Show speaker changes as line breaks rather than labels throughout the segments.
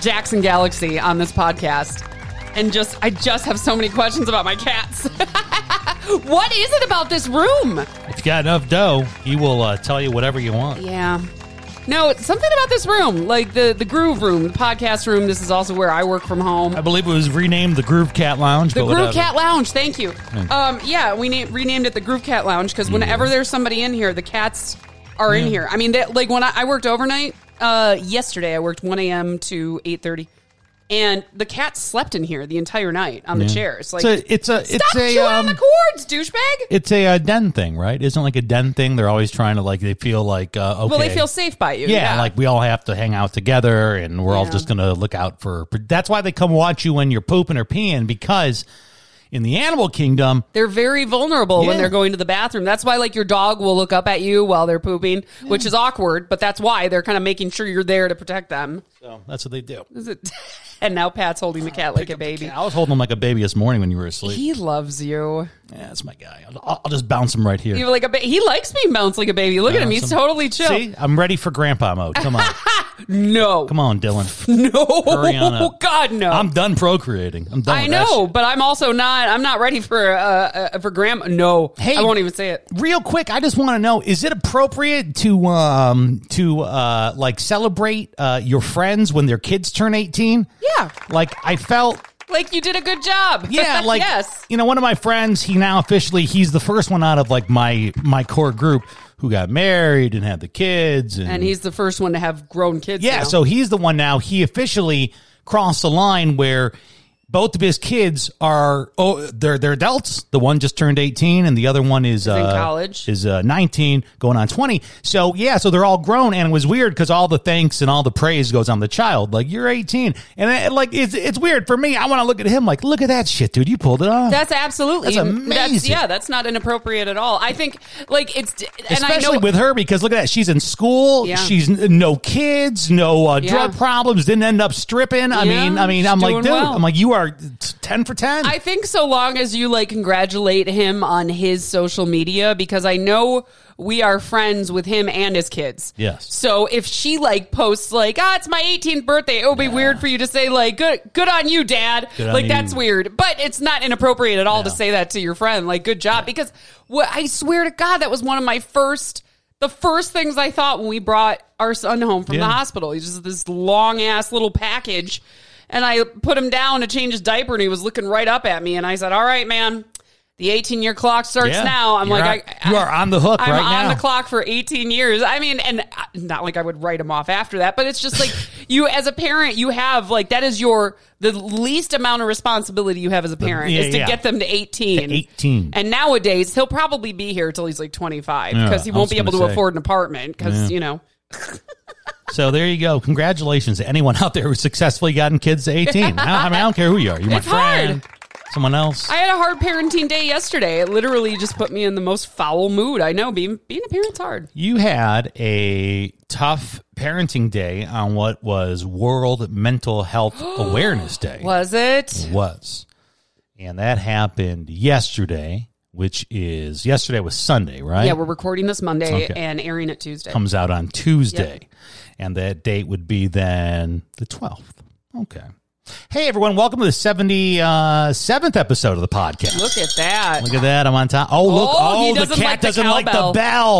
Jackson Galaxy on this podcast. And just I just have so many questions about my cats. what is it about this room?
If you got enough dough, he will uh, tell you whatever you want.
Yeah. No, it's something about this room, like the the groove room, the podcast room. This is also where I work from home.
I believe it was renamed the Groove Cat Lounge.
The
but
Groove
whatever.
Cat Lounge. Thank you. Um, yeah, we na- renamed it the Groove Cat Lounge because whenever there's somebody in here, the cats are in here. I mean, that, like when I, I worked overnight uh, yesterday, I worked 1 a.m. to 8:30, and the cats slept in here the entire night on the chairs. Like,
So it's a-
stop
it's a,
chewing on
um,
the cords, douchebag.
It's a uh, den thing, right? Isn't it like a den thing. They're always trying to like they feel like uh, okay.
Well, they feel safe by you.
Yeah, like we all have to hang out together, and we're all
Yeah.
just gonna look out for. That's why they come watch you when you're pooping or peeing because in the animal kingdom,
They're very vulnerable when
Yeah.
they're going to the bathroom. That's why, like, your dog will look up at you while they're pooping, which is awkward, but that's why they're kind of making sure you're there to protect them.
so that's what they do.
Is it- and now Pat's holding the cat like a baby.
I was holding him like a baby this morning when you were asleep.
He loves you.
yeah, that's my guy. I'll, I'll just bounce him right here.
You're like a ba- he likes being bounced like a baby. Look at him; he's
Uh, Some-
totally chill.
See, I'm ready for grandpa mode. Come on,
No,
come on, Dylan.
no,
Hurry on up.
God, no.
I'm done procreating. I'm done.
I
with that
know,
shit.
but I'm also not. I'm not ready for uh, uh for grandma. No,
Hey.
I won't even say it.
Real quick, I just want to know: Is it appropriate to um to uh like celebrate uh your friends when their kids turn eighteen?
Yeah.
Like I felt.
Like you did a good job.
Yeah, like
yes.
you know, one of my friends, he now officially he's the first one out of like my my core group who got married and had the kids, and,
And he's the first one to have grown kids.
Yeah,
now.
so he's the one now. He officially crossed the line where both of his kids are oh they're they're adults. The one just turned eighteen, and the other one is uh,
college.
is uh, nineteen, going on twenty. So yeah, so they're all grown, and it was weird because all the thanks and all the praise goes on the child. Like you're eighteen, and it, like it's it's weird for me. I want to look at him like, look at that shit, dude. You pulled it off.
That's absolutely
That's amazing.
yeah, that's not inappropriate at all. I think like it's and I
Especially
know
with her because look at that she's in school
Yeah.
she's n- no kids no uh,
Yeah.
drug problems didn't end up stripping I
Yeah,
mean I mean
she's
I'm like
doing
dude
well.
I'm like you are t- ten for ten
I think so long as you like congratulate him on his social media because I know we are friends with him and his kids.
Yes.
So if she like posts like, ah, it's my 18th birthday, it would be weird for you to say like, good, good on you, dad.
Good on
like that's
you.
weird, but it's not inappropriate at all to
Yeah.
say that to your friend. Like, good job. Because what I swear to God, that was one of my first, the first things I thought when we brought our son home from
Yeah.
the hospital. He's just this long ass little package. And I put him down to change his diaper and he was looking right up at me. And I said, all right, man, the 18 year clock starts
Yeah.
now. I'm
You're
like,
on-
I, I,
you are on the hook
I'm
right
on the
now.
clock for 18 years. I mean, and uh, not like I would write him off after that, but it's just like you as a parent, you have like, that is your, the least amount of responsibility you have as a parent
yeah,
is to
yeah.
get them to 18.
To 18.
And nowadays he'll probably be here till he's like 25
Yeah,
because he
I
won't
was
be able to
gonna say.
afford an apartment because,
Yeah.
you know,
so there you go congratulations to anyone out there who's successfully gotten kids to eighteen I, I mean I don't care who you are you're my
It's hard.
friend someone else
I had a hard parenting day yesterday. It literally just put me in the most foul mood. I know being being a parent's hard.
you had a tough parenting day on what was World Mental Health Awareness Day
Was it?
was. And that happened yesterday, which is yesterday was Sunday, right?
Yeah, we're recording this Monday
Okay.
and airing it Tuesday.
comes out on Tuesday. And that date would be then the 12th. Okay. Hey everyone, welcome to the 77th episode of the podcast.
Look at that.
Look at that, I'm on top. Oh, look,
Oh, he
oh, the
doesn't
cat
like the
doesn't like the
cowbell.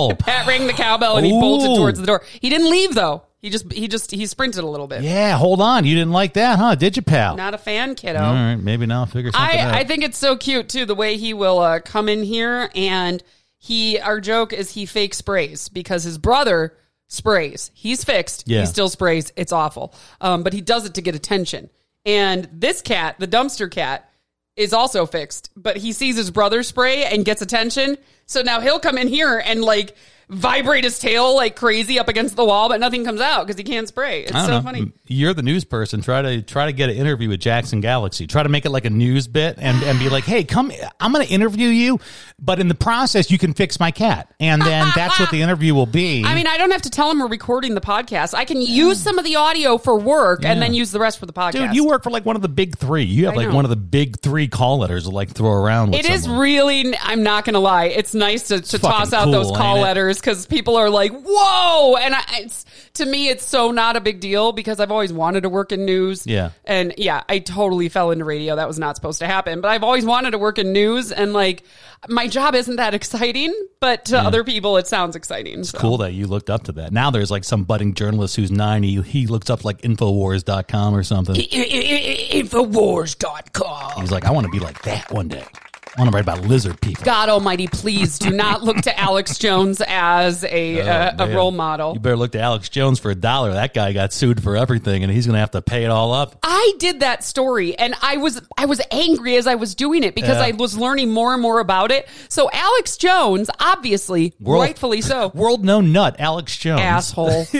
bell.
Pat rang the cowbell and he bolted
Ooh.
towards the door. He didn't leave though. He just he just he sprinted a little bit.
yeah, hold on. You didn't like that, huh? Did you, pal?
Not a fan, kiddo.
All right, maybe now I'll figure something out.
I, I think it's so cute too the way he will uh, come in here and he our joke is he fake sprays because his brother sprays he's fixed
Yeah.
he still sprays it's awful um, but he does it to get attention and this cat the dumpster cat is also fixed but he sees his brother spray and gets attention so now he'll come in here and like vibrate his tail like crazy up against the wall, but nothing comes out because he can't spray. It's
I
so
don't know.
funny.
You're the news person. Try to try to get an interview with Jackson Galaxy. Try to make it like a news bit and, and be like, hey, come I'm gonna interview you, but in the process you can fix my cat. And then that's what the interview will be.
I mean, I don't have to tell him we're recording the podcast. I can use some of the audio for work and then use the rest for the podcast.
Dude, you work for like one of the big three. You have
I
like
know.
one of the big three call letters to like throw around with
It is
someone.
really, I'm not going to lie. It's nice to, to
fucking
toss out
cool,
those call
ain't it?
letters because people are like, whoa. And I, it's, to me, it's so not a big deal because I've always wanted to work in news.
Yeah.
And yeah, I totally fell into radio. That was not supposed to happen, but I've always wanted to work in news. And like, my job isn't that exciting, but to other people, it sounds exciting. so.
cool that you looked up to that. Now there's like some budding journalist who's 90. He looks up like Infowars.com or something.
Infowars.com.
He's like, I want to be like that one day. I want to write about lizard people.
God almighty, please do not look to Alex Jones as a, uh, a,
Oh,
a
man.
role model.
You better look to Alex Jones for a dollar. That guy got sued for everything, and he's going to have to pay it all up.
I did that story and I was I was angry as I was doing it because
Yeah.
I was learning more and more about it. So Alex Jones, obviously,
World-
rightfully so,
World known nut, Alex Jones.
asshole.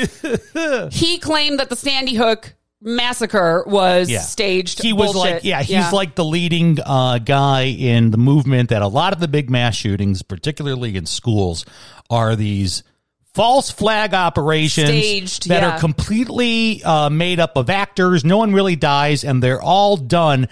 he claimed that the Sandy Hook massacre was
Yeah.
staged.
He was
bullshit.
like, yeah, he's like the leading uh, guy in the movement that a lot of the big mass shootings, particularly in schools, are these false flag operations
Staged,
that
yeah.
are completely uh, made up of actors. No one really dies, and they're all done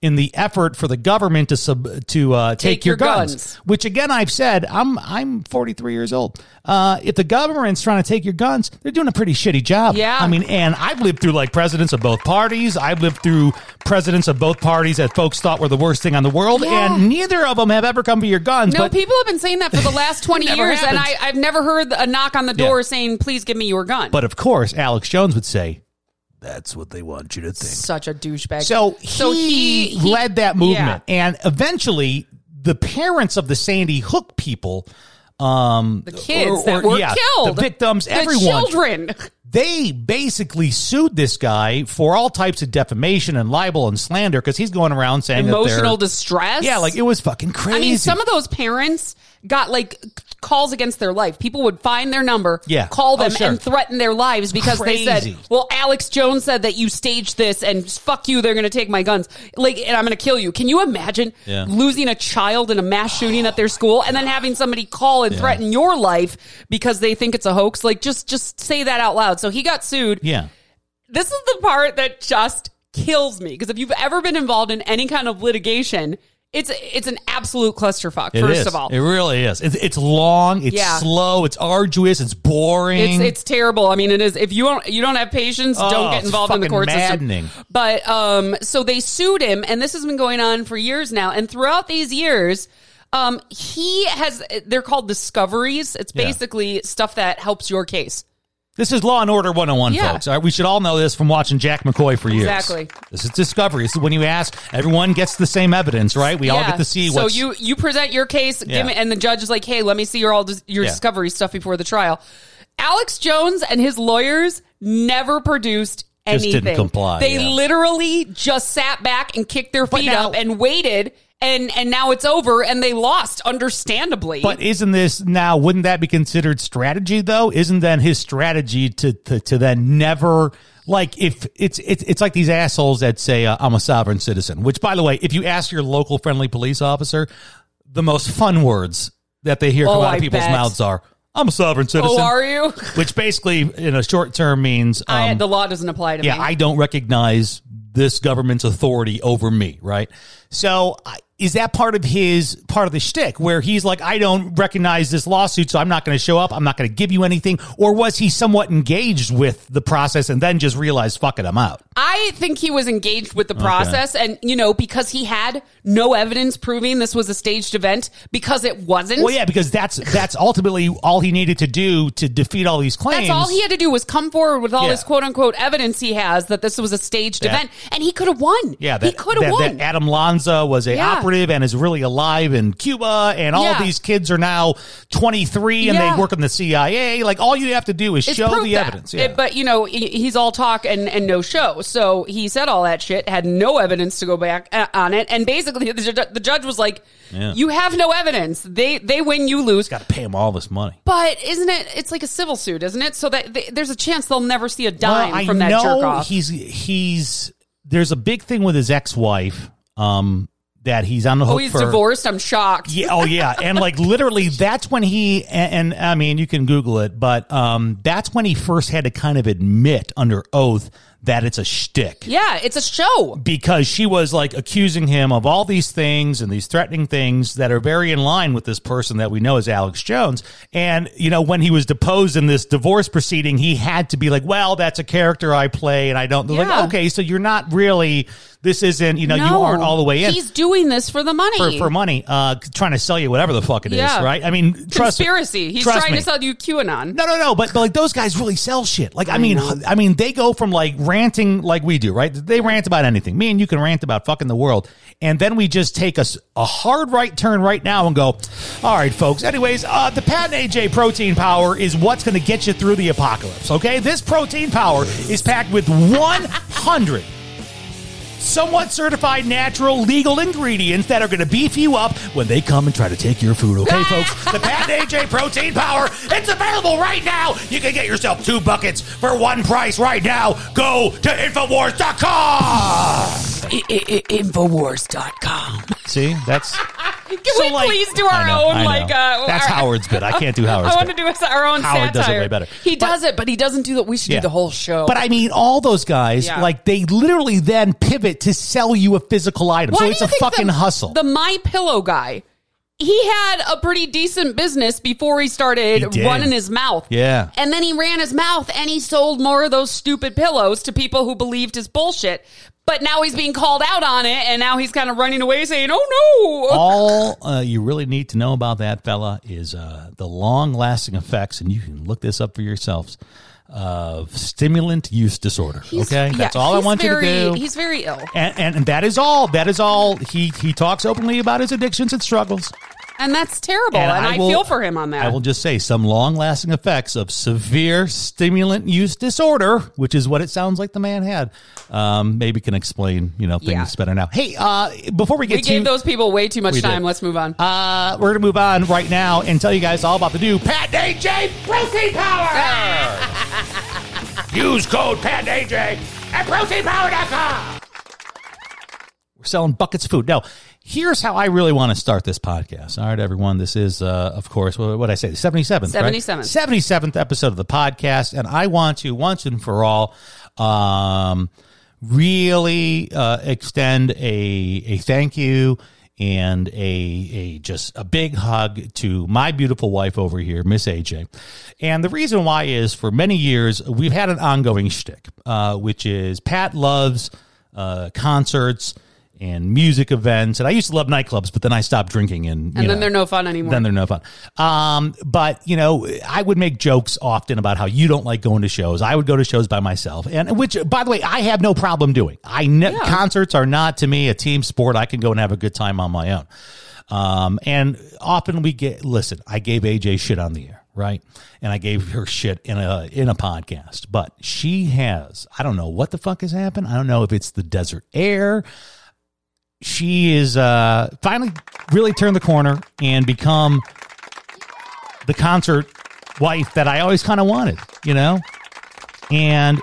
in the effort for the government to sub to uh, take,
Take
your,
your
guns.
guns.
Which again, I've said I'm I'm 43 years old. Uh, if the government's trying to take your guns, they're doing a pretty shitty job.
Yeah.
I mean, and I've lived through like presidents of both parties. I've lived through presidents of both parties that folks thought were the worst thing on the world,
Yeah.
and neither of them have ever come to your guns.
No,
but
people have been saying that for the last 20
Never
years, and I,
happens.
I've never heard a knock on the door
Yeah.
saying, please give me your gun.
but of course, Alex Jones would say, "That's what they want you to think."
Such a douchebag.
So he, led that movement,
yeah.
and eventually, the parents of the Sandy Hook people, um,
the kids that were
yeah,
killed.
the victims,
The
everyone,
children.
they basically sued this guy for all types of defamation and libel and slander because he's going around saying that they're-
Emotional distress.
Yeah, like it was fucking crazy.
I mean, some of those parents got like c- calls against their life. People would find their number,
Yeah.
call them,
Oh, sure.
and threaten their lives because they said,
Crazy.
"Well, Alex Jones said that you staged this, and fuck you, they're going to take my guns, like, and I'm going to kill you." Can you imagine
Yeah.
losing a child in a mass shooting at their school, and then having somebody call and threaten your life because they think it's a hoax? Like, just just say that out loud. So he got sued
yeah.
this is the part that just kills me because if you've ever been involved in any kind of litigation, it's it's an absolute clusterfuck.
It
first
is.
of all,
it really is. It's, it's long, it's
Yeah.
slow, it's arduous, it's boring.
it's it's terrible. I mean, it is. If you don't you don't have patience,
Oh,
don't get
it's
involved in the
fucking
court
maddening.
system. But um, so they sued him, and this has been going on for years now. And throughout these years, um, he has. They're called discoveries. It's
Yeah.
basically stuff that helps your case.
this is Law and Order 101,
Yeah.
folks. All right, we should all know this from watching Jack McCoy for years.
Exactly.
This is discovery. This is when you ask, everyone gets the same evidence, right? We all
Yeah.
get to see
So
what's
you you present your case,
Yeah.
give me, and the judge is like, "Hey, let me see your all dis- your
Yeah.
discovery stuff before the trial." Alex Jones and his lawyers never produced
Just
anything.
didn't comply,
They
yeah.
literally just sat back and kicked their feet
now-
up and waited, and and now it's over, and they lost, understandably.
But isn't this now? Wouldn't that be considered strategy though? Isn't then his strategy to to, to then never like if it's it's it's like these assholes that say uh, I'm a sovereign citizen. Which by the way, if you ask your local friendly police officer, the most fun words that they hear
Oh,
come out
I
of people's
bet.
mouths are "I'm a sovereign citizen."
oh, are you?
Which basically, in a short term, means
I,
um,
the law doesn't apply to
yeah,
me.
I don't recognize this government's authority over me, right? So I- is that part of his part of the shtick where he's like, I don't recognize this lawsuit, so I'm not going to show up. I'm not going to give you anything. Or was he somewhat engaged with the process and then just realized, fuck it, I'm out.
I think he was engaged with the process, and you know, because he had no evidence proving this was a staged event, because it wasn't.
Well, yeah, because that's that's ultimately all he needed to do to defeat all these claims.
That's all he had to do was come forward with all
Yeah.
this quote unquote evidence he has that this was a staged
Yeah.
event, and he could have won.
Yeah,
he could have
that-
won.
that Adam Lanza was a
Yeah.
operative and is really alive in Cuba, and all
Yeah.
these kids are now twenty three and
Yeah.
they work in the CIA. Like all you have to do is
It's
show
proof
the
that-
evidence.
it- but you know, he- he's all talk and and no show. So he said all that shit, had no evidence to go back uh, on it, and basically the, ju- the judge was like,
Yeah.
"You have no evidence. They they win, you lose."
Got to pay him all this money.
But isn't it? It's like a civil suit, isn't it? So that they, there's a chance they'll never see a dime
Well, I
from that
know
jerk off.
He's he's there's a big thing with his ex wife um, that he's on the hook
oh, he's
for.
divorced. I'm shocked.
Yeah, oh yeah, and like literally, that's when he and, and I mean, you can Google it, but um, that's when he first had to kind of admit under oath that it's a shtick.
Yeah, it's a show.
because she was like accusing him of all these things and these threatening things that are very in line with this person that we know as Alex Jones. And, you know, when he was deposed in this divorce proceeding, he had to be like, well, that's a character I play and I don't They're
Yeah.
like, okay, so you're not really, this isn't, you know, you aren't all the way in.
He's doing this for the money.
for, for money, uh, trying to sell you whatever the fuck it is,
Yeah.
right? I mean, trust
conspiracy. He's
trust
trying
me.
to sell you QAnon.
No, no, no. But, but like those guys really sell shit. Like I, mean, I mean, they go from like ranting like we do, right? They rant about anything. Me and you can rant about fucking the world, and then we just take us a hard right turn right now and go, all right, folks. Anyways, uh, the patent AJ protein power is what's going to get you through the apocalypse. Okay, this protein power is packed with one hundred somewhat certified natural legal ingredients that are going to beef you up when they come and try to take your food. Okay, folks? The Patent AJ Protein Power, it's available right now. You can get yourself two buckets for one price right now. Go to Infowars.com.
Infowars.com.
See, that's.
Can we please do our own like uh,
That's
our-
Howard's bit. I can't do Howard's
I
bit.
want to do us our own
Howard does it
satire.
way better.
He
But-
does it, but he doesn't do that. We should
Yeah.
do the whole show.
But I mean, all those guys,
Yeah.
like, they literally then pivot to sell you a physical item.
Why
so
do
it's
you
a
think
fucking
the,
hustle.
The My Pillow guy, he had a pretty decent business before he started
He did.
running his mouth.
Yeah.
and then he ran his mouth and he sold more of those stupid pillows to people who believed his bullshit. But now he's being called out on it, and now he's kind of running away, saying, "Oh no!"
all uh, you really need to know about that fella is uh, the long lasting effects, and you can look this up for yourselves, of stimulant use disorder.
He's-
okay?
yeah,
That's all I
he's
want
very-
you to do.
He's very ill.
And, and, and that is all. That is all. He he talks openly about his addictions and struggles.
And that's terrible. And, I,
will-
feel for him on that.
I will just say some long lasting effects of severe stimulant use disorder, which is what it sounds like the man had. Um, maybe can explain you know things
Yeah.
better now. Hey, uh, before we get
we
to
gave those people way too much
We did.
time. Let's move on.
Uh, we're gonna move on right now and tell you guys all about the new Pat AJ Protein Power. Use code Pat AJ at ProteinPower.com. We're selling buckets of food now. Here's how I really want to start this podcast. All right, everyone. This is, uh, of course, what would I say? The 77th, right?
77th.
77th episode of the podcast. And I want to, once and for all, um, really uh, extend a, a thank you and a, a just a big hug to my beautiful wife over here, Miss AJ. And the reason why is for many years, we've had an ongoing shtick, uh, which is Pat loves uh, concerts and music events. And I used to love nightclubs, but then I stopped drinking. And,
and
you
then
know,
they're no fun anymore.
then they're no fun. Um, but you know, I would make jokes often about how you don't like going to shows. I would go to shows by myself, and which, by the way, I have no problem doing. I ne-
Yeah.
concerts are not to me a team sport. I can go and have a good time on my own. Um, and often we get listen. I gave AJ shit on the air, right? And I gave her shit in a in a podcast. But she has. I don't know what the fuck has happened. I don't know if it's the desert air she is uh, finally really turned the corner and become the concert wife that I always kind of wanted, you know? And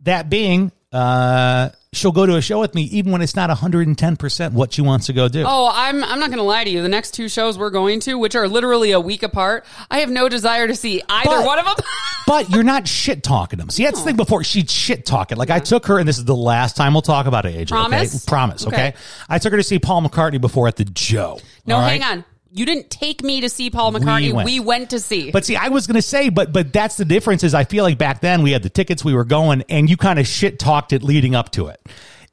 that being, uh, she'll go to a show with me even when it's not 110% what she wants to go do.
Oh, I'm I'm not going to lie to you. The next two shows we're going to, which are literally a week apart, I have no desire to see either
But-
one of them.
But you're not shit talking them. See, that's the thing before. She'd shit talk it. Like, I took her, and this is the last time we'll talk about it, AJ.
Promise?
Okay? Promise, okay?
Okay.
I took her to see Paul McCartney before at the Joe.
no,
all right?
hang on. You didn't take me to see Paul McCartney. We
went.
went, to see.
But see, I was gonna say, but but that's the difference. Is I feel like back then we had the tickets, we were going, and you kind of shit talked it leading up to it.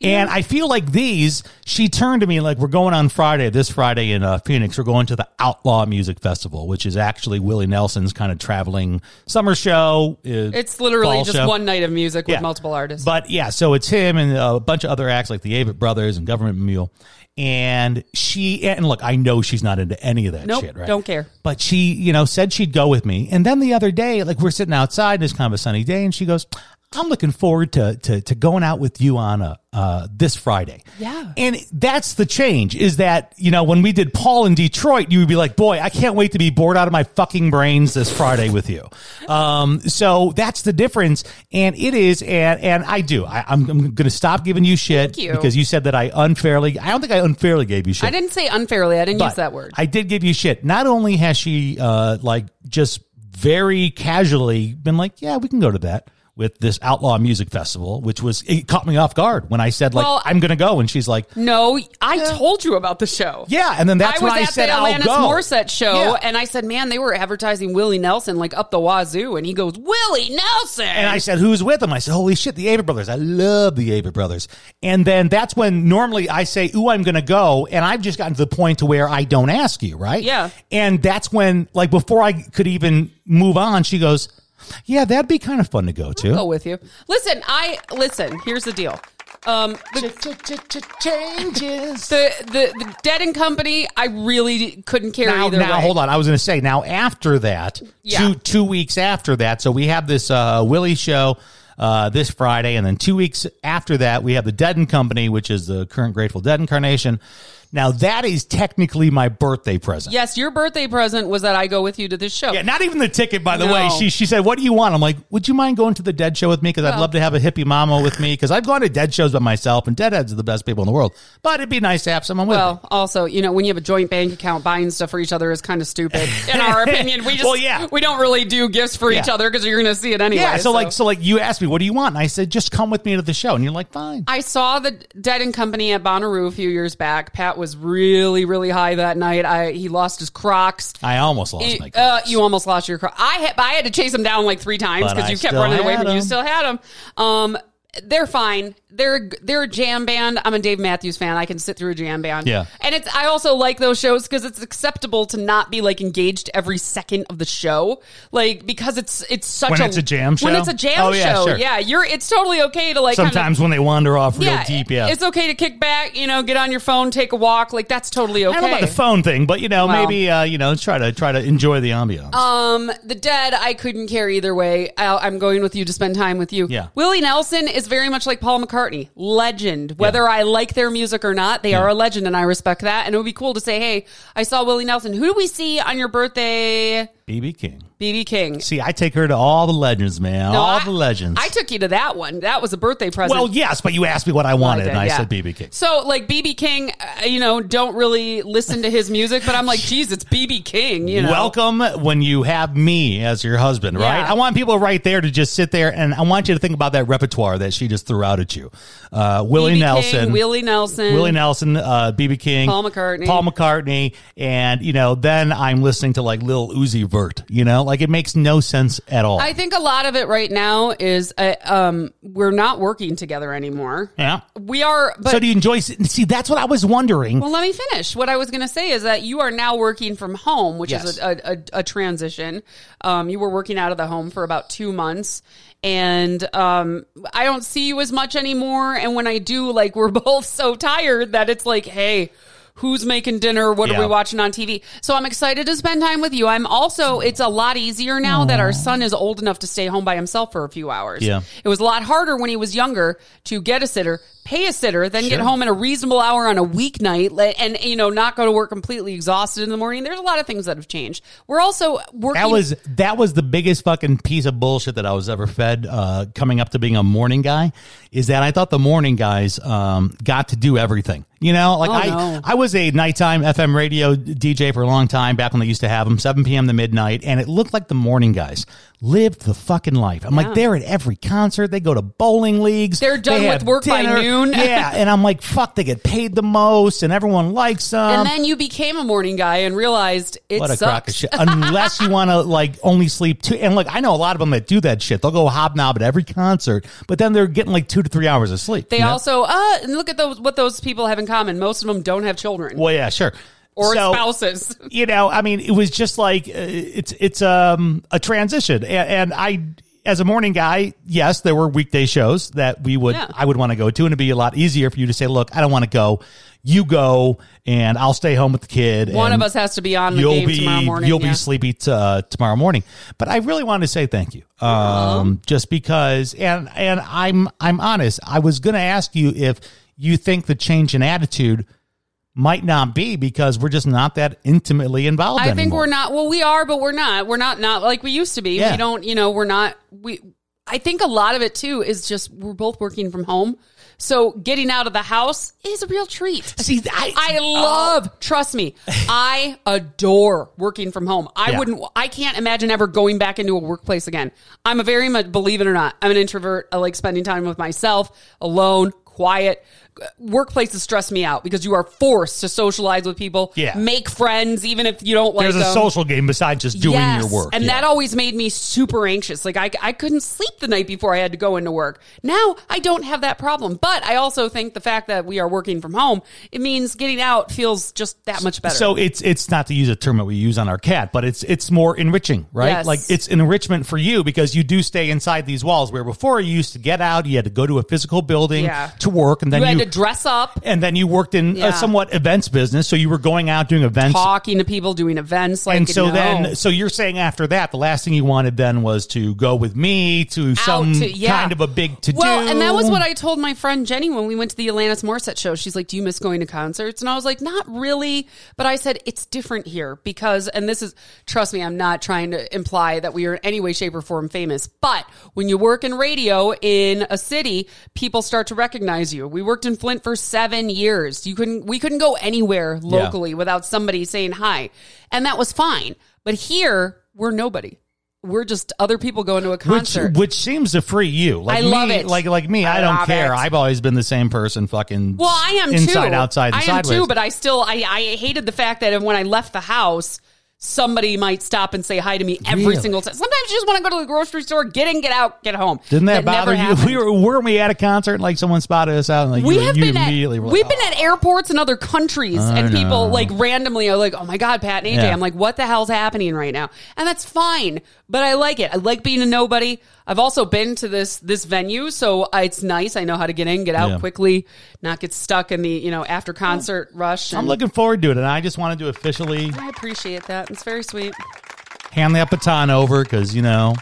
And I feel like these, she turned to me like, "We're going on Friday, this Friday in uh, Phoenix. We're going to the Outlaw Music Festival, which is actually Willie Nelson's kind of traveling summer show. uh,
it's literally
fall
just
show.
one night of music
Yeah.
with multiple artists.
But yeah, so it's him and a bunch of other acts like the Avett Brothers and Government Mule. And she and look, I know she's not into any of that
Nope,
shit, right?
don't care.
But she, you know, said she'd go with me. And then the other day, like we're sitting outside, and it's kind of a sunny day, and she goes, I'm looking forward to to to going out with you on a uh, this Friday.
Yeah.
and that's the change. Is that you know when we did Paul in Detroit, you would be like, boy, I can't wait to be bored out of my fucking brains this Friday with you. Um, so that's the difference, and it is, and and I do. I, I'm, I'm going to stop giving you shit
you.
because you said that I unfairly. I don't think I unfairly gave you shit.
I didn't say unfairly. I didn't
But
use that word.
I did give you shit. Not only has she uh like just very casually been like, yeah, we can go to that with this outlaw music festival, which was it caught me off guard when I said like
Well-
I'm gonna go, and she's like,
no, I told you about the show.
yeah, and then that's
I was
when I
at
said
the
I'll
Alanis
go.
Morissette show,
Yeah.
and I said, "Man, they were advertising Willie Nelson like up the wazoo," and he goes, "Willie Nelson."
And I said, who's with him? I said, holy shit, the Aver brothers. I love the Aver brothers. And then that's when normally I say, ooh, I'm going to go. And I've just gotten to the point to where I don't ask you, right?
Yeah.
And that's when, like, before I could even move on, she goes, yeah, that'd be kind of fun to go to.
go with you. Listen, I listen. Here's the deal. Um, the,
Changes.
the, the the Dead and Company, I really couldn't care
Now,
either
now
way.
hold on. I was going to say now after that,
Yeah.
two two weeks after that. So we have this uh, Willie show uh, this Friday, and then two weeks after that, we have the Dead and Company, which is the current Grateful Dead incarnation. Now that is technically my birthday present.
Yes, your birthday present was that I go with you to this show.
Yeah, not even the ticket, by the way.
No.
She she said, "What do you want?" I'm like, "Would you mind going to the Dead show with me? Because I'd
Well-
love to have a hippie mama with me. Because I've gone to Dead shows by myself, and Deadheads are the best people in the world. But it'd be nice to have someone with me."
Well, also, you know, when you have a joint bank account, buying stuff for each other is kind of stupid. In our opinion, we just
Well, yeah.
we don't really do gifts for each
Yeah.
other because you're going to see it anyway.
Yeah, so, like, so like, you asked me, "What do you want?" And I said, "Just come with me to the show." And you're like, "Fine."
I saw the Dead and Company at Bonnaroo a few years back. Pat was really, really high that night. I he lost his Crocs.
I almost lost
It-
my.
uh,
Crocs.
you almost lost your Crocs. I had, I had to chase him down like three times
But
because
I
you kept
still
running away,
had
but you
'em.
still had them. Um, they're fine. They're they're a jam band. I'm a Dave Matthews fan. I can sit through a jam band.
Yeah.
and it's I also like those shows because it's acceptable to not be like engaged every second of the show, like because it's it's such
When
a
it's a jam
When
show?
it's a jam
Oh, yeah,
show,
sure.
yeah, you're it's totally okay to like kinda-
Sometimes when they wander off real deep, yeah.
It's okay to kick back, you know, get on your phone, take a walk. Like that's totally okay.
I don't know about the phone thing, but you know,
Well.
maybe uh, you know, try to try to enjoy the ambiance.
Um, the dead, I couldn't care either way. I, I'm going with you to spend time with you.
Yeah.
Willie Nelson is very much like Paul McCartney, legend. Whether I like their music or not, they are a legend, and I respect that. And it would be cool to say, "Hey, I saw Willie Nelson. Who do we see on your birthday,
BB King.
BB King?"
See, I take her to all the legends, man.
No,
all
I-
the legends.
I took you to that one. That was a birthday present.
well, yes, but you asked me what I wanted,
did,
and I
yeah.
said BB King.
So, like BB King, uh, you know, don't really listen to his music, but I'm like, geez, it's BB King. You know,
Welcome when you have me as your husband,
Yeah.
right? I want people right there to just sit there, and I want you to think about that repertoire that she just threw out at you. Uh, Willie
BB
Nelson,
King, Willie Nelson,
Willie Nelson, uh, BB King,
Paul McCartney.
Paul McCartney, and you know, then I'm listening to like Lil Uzi Vert. You know, like it makes no sense at all.
I think a lot of it right now is uh, um, we're not working together anymore.
yeah.
We are, but
so do you enjoy? See, that's what I was wondering.
well, let me finish. What I was going to say is that you are now working from home, which
Yes.
is a, a, a, a transition. Um, you were working out of the home for about two months, and um, I don't see you as much anymore. And when I do, like, we're both so tired that it's like, hey. Who's making dinner? What are we
Yeah.
watching on TV? So I'm excited to spend time with you. I'm also, it's a lot easier now that our son is old enough to stay home by himself for a few hours.
Yeah.
It was a lot harder when he was younger to get a sitter, pay a sitter, then get
Sure.
home in a reasonable hour on a weeknight le- and, you know, not go to work completely exhausted in the morning. There's a lot of things that have changed. We're also working.
That was that was the biggest fucking piece of bullshit that I was ever fed. Uh, coming up to being a morning guy, is that I thought the morning guys um, got to do everything. You know, like
Oh,
I
no.
I was a nighttime FM radio DJ for a long time back when they used to have them seven p.m. to midnight, and it looked like the morning guys lived the fucking life. I'm like, they're at every concert. They go to bowling leagues.
They're done
They
with
have
work by noon.
yeah, and I'm like, fuck, they get paid the most, and everyone likes them.
and then you became a morning guy and realized it
um, What a crock
sucks.
of shit. Unless you want to like only sleep two. And like, I know a lot of them that do that shit. They'll go hobnob at every concert, but then they're getting like two to three hours of sleep.
They
you know?
also, uh, and look at those, what those people have in common. Most of them don't have children
well, yeah, sure.
or
So,
spouses.
You know, I mean, it was just like uh, it's it's um a transition, and, and I as a morning guy, yes, there were weekday shows that we would
Yeah.
I would want to go to, and it'd be a lot easier for you to say, "Look, I don't want to go. You go, and I'll stay home with the kid."
One
and
of us has to be on the
you'll
game
be
tomorrow morning.
you'll
yeah.
be sleepy t- uh, tomorrow morning. But I really wanted to say thank you, um, just because. And and I'm I'm honest. I was going to ask you if you think the change in attitude might not be because we're just not that intimately involved.
I think
anymore.
we're not. Well, we are, but we're not. We're not not like we used to be.
Yeah.
We don't. You know, we're not. We. I think a lot of it too is just we're both working from home, so getting out of the house is a real treat.
See, I- oh.
I love. Trust me, I adore working from home. I
Yeah.
wouldn't. I can't imagine ever going back into a workplace again. I'm a very much believe it or not. I'm an introvert. I like spending time with myself, alone, quiet. Workplaces stress me out because you are forced to socialize with people,
Yeah.
make friends, even if you don't like
There's a
them.
social game besides just doing
Yes,
your work.
And
yeah.
that always made me super anxious. Like I, I couldn't sleep the night before I had to go into work. Now I don't have that problem. But I also think the fact that we are working from home, it means getting out feels just that much better.
So it's it's not to use a term that we use on our cat, but it's it's more enriching, right?
Yes.
Like it's enrichment for you because you do stay inside these walls where before you used to get out, you had to go to a physical building
Yeah.
to work, and then
you
you,
had to dress up,
and then you worked in
Yeah.
a somewhat events business, so you were going out doing events.
talking to people, doing events, like
and so
you know,
then, so you're saying after that, the last thing you wanted then was to go with me to
out
some
to- yeah.
kind of a big to do.
Well, and that was what I told my friend Jenny when we went to the Alanis Morissette show. She's like, "Do you miss going to concerts?" And I was like, "Not really," but I said it's different here because, and this is, trust me, I'm not trying to imply that we are in any way, shape, or form famous. But when you work in radio in a city, people start to recognize you. We worked in Flint for seven years. You couldn't, we couldn't go anywhere locally without somebody saying hi, and that was fine. But here, we're nobody. We're just other people going to a
which,
concert.
which seems to free you. Like
I
me,
love it.
Like like me, I,
I
don't
love
care.
it.
I've always been the same person. Fucking
Well, I am
inside,
too.
outside, and
I am
sideways.
too, but I still I, I hated the fact that when I left the house, somebody might stop and say hi to me every
Really?
single time. Sometimes you just want to go to the grocery store, get in, get out, get home.
Didn't that,
never
bother you?
happened.
We were weren't we at a concert and like someone spotted us out and like
We
you,
have
you
been at
immediately were like,
we've
"Oh,
been at airports in other countries, and people like randomly are like, "Oh my god, Pat and AJ."
Yeah.
I'm like, "What the hell's happening right now?" And that's fine, but I like it. I like being a nobody. I've also been to this this venue, so uh, it's nice. I know how to get in, get out
Yeah.
quickly, not get stuck in the you know after concert rush.
I'm
and-
looking forward to it, and I just wanted to officially
I appreciate that. It's very sweet.
hand that baton over because you know,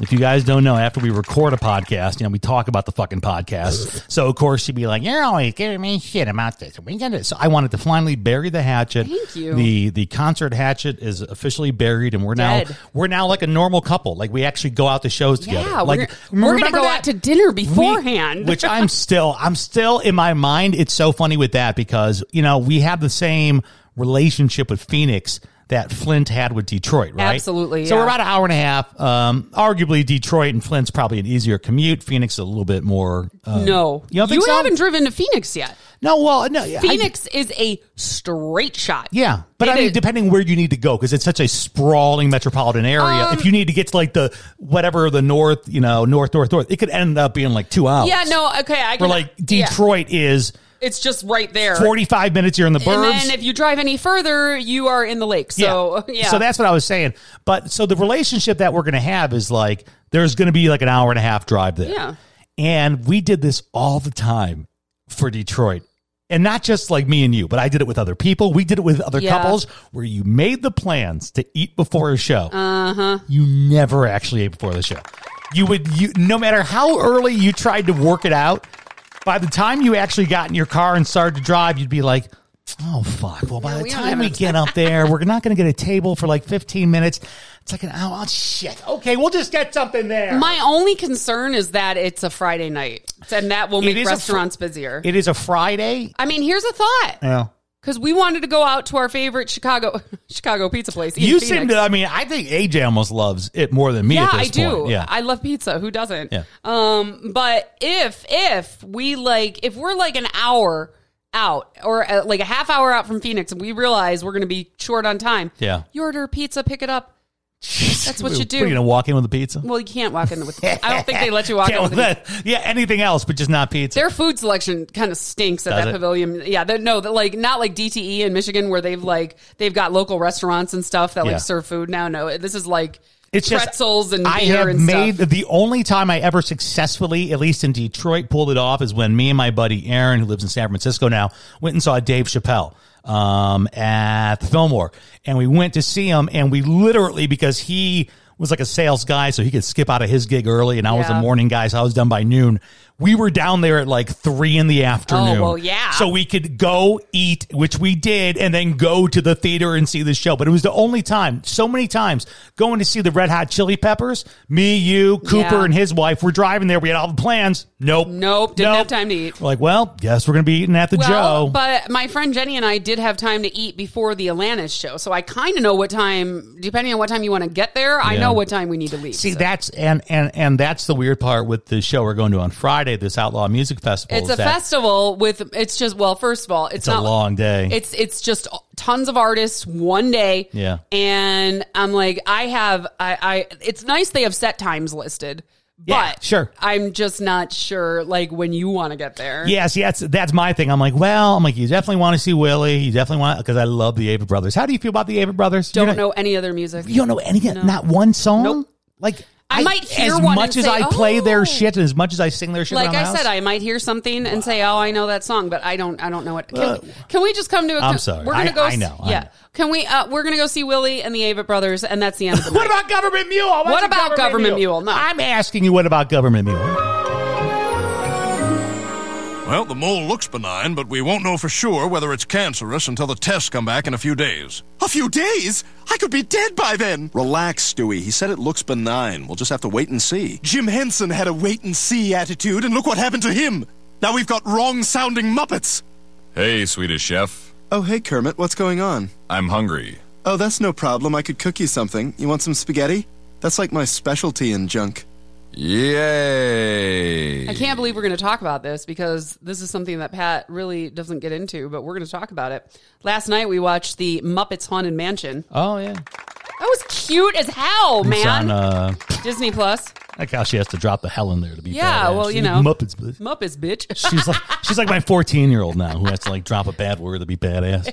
if you guys don't know, after we record a podcast, you know, we talk about the fucking podcast. So of course she'd be like, "You're always giving me shit about this. We got it." So I wanted to finally bury the hatchet.
Thank you.
The the concert hatchet is officially buried, and we're now
Dead.
we're now like a normal couple. Like we actually go out to shows together.
Yeah,
like
we're, gonna- we're gonna
remember
go
that?
out to dinner
We-
beforehand.
which I'm still, I'm still in my mind. It's so funny with that because you know we have the same relationship with Phoenix that Flint had with Detroit, right?
Absolutely,
So
yeah.
we're about an hour and a half. Um, arguably, Detroit and Flint's probably an easier commute. Phoenix is a little bit more. Um,
no,
You don't think so?
haven't driven to Phoenix yet.
no, well, no, I-
Phoenix is a straight shot.
yeah, but
It
I mean,
is-
depending where you need to go, because it's such a sprawling metropolitan area.
Um,
if you need to get to like the whatever the north, you know, north, north, north, it could end up being like two hours.
yeah, no, okay, I
Where
can,
like
yeah.
Detroit is
it's just right there.
45 minutes you're in the
and
burbs.
then if you drive any further, you are in the lake. So yeah,
So that's what I was saying. But so the relationship that we're going to have is like there's going to be like an hour and a half drive there.
Yeah.
And we did this all the time for Detroit. And not just like me and you, but I did it with other people. We did it with other
Yeah.
couples where you made the plans to eat before a show. Uh-huh. You never actually ate before the show. You would you no matter how early you tried to work it out, by the time you actually got in your car and started to drive, you'd be like, Oh fuck! Well, by
Yeah,
the
we don't
time
have
we
enough
get up there, we're not going to get a table for like 15 minutes. It's like an hour. Oh shit! Okay, we'll just get something there.
my only concern is that it's a Friday night, and that will make
is a fr-
restaurants busier.
it is a Friday.
I mean, here's a thought
Yeah.
because we wanted to go out to our favorite Chicago Chicago pizza place. Ian
You
Phoenix.
seem to. I mean, I think AJ almost loves it more than me.
Yeah,
at
I
this
do.
Point. Yeah,
I love pizza. Who doesn't?
Yeah.
Um, but if if we like if we're like an hour out or uh, like a half hour out from Phoenix and we realize we're going to be short on time,
Yeah.
you order a pizza, pick it up. That's what you do.
You're gonna walk in with a pizza.
Well, you can't walk in with. I don't think they let you walk
Yeah,
in with.
well, that- yeah, anything else, but just not pizza.
Their food selection kind of stinks at
Does
that
it?
pavilion. Yeah, they're- no, they're like not like E DTE in Michigan where they've like they've got local restaurants and stuff that
Yeah.
like serve food now. No, this is like
It's just
pretzels and
I
beer
have
and
made
stuff.
the only time I ever successfully, at least in Detroit, pulled it off is when me and my buddy Aaron, who lives in San Francisco now, went and saw Dave Chappelle um, at the Fillmore, and we went to see him, and we literally because he was like a sales guy, so he could skip out of his gig early, and I was a
Yeah.
morning guy, so I was done by noon. We were down there at like three in the afternoon.
Oh, well, yeah.
So we could go eat, which we did, and then go to the theater and see the show. But it was the only time, so many times, going to see the Red Hot Chili Peppers. Me, you, Cooper,
Yeah.
and his wife were driving there. We had all the plans. Nope.
Nope, didn't have time to eat.
We're like, well, guess we're going to be eating at the
Well,
Joe.
but my friend Jenny and I did have time to eat before the Atlantis show, so I kind of know what time. Depending on what time you want to get there, I
Yeah.
know what time we need to leave.
See
so.
that's and and and that's the weird part with the show we're going to on Friday, this Outlaw Music Festival.
It's
is
a
that
festival with. It's just well, first of all, it's,
It's a
not
long day.
It's it's just tons of artists one day.
Yeah.
and I'm like, I have, I, I. It's nice they have set times listed,
Yeah,
but
sure.
I'm just not sure like when you want to get there.
Yes, yes, that's my thing. I'm like, well, I'm like, you definitely want to see Willie. You definitely want because I love the Ava Brothers. How do you feel about the Ava Brothers?
don't
You're not-
know any other music.
You don't know any, not one song.
Nope.
Like
I might hear
as
one
much
and
as
say,
I play
"Oh."
their shit and as much as I sing their shit.
like
around the
I
house,
said, I might hear something and say, "Oh, I know that song," but I don't. I don't know what. Can,
Well,
can we just come to? a
I'm
con-
sorry.
We're gonna
I-
go.
I
s-
know, I
Yeah.
know.
Can we? Uh, we're gonna go see Willie and the Avett Brothers, and that's the end of the night.
What about government mule? I
What
want
about Government Mule? No.
I'm asking you, what about government mule?
Well, the mole looks benign, but we won't know for sure whether it's cancerous until the tests come back in a few days.
A few days? I could be dead by then. Relax, Stewie. He said it looks benign. We'll just have to wait and see. Jim Henson had a wait and see attitude, and look what happened to him. Now we've got wrong sounding Muppets.
Hey, Swedish chef.
Oh, hey, Kermit, what's going on?
I'm hungry.
Oh, that's no problem. I could cook you something. You want some spaghetti? That's like my specialty in junk.
Yay.
I can't believe we're going to talk about this because this is something that Pat really doesn't get into, but we're going to talk about it. Last night we watched the Muppets Haunted Mansion.
Oh yeah,
That was cute as hell,
It's on,
man.
uh,
Disney Plus.
like how she has to drop the hell in there to be.
Yeah,
badass.
well, you
She's
know.
Muppets. bitch.
Muppets, bitch.
She's like she's like my 14 year old now who has to like drop a bad word to be badass.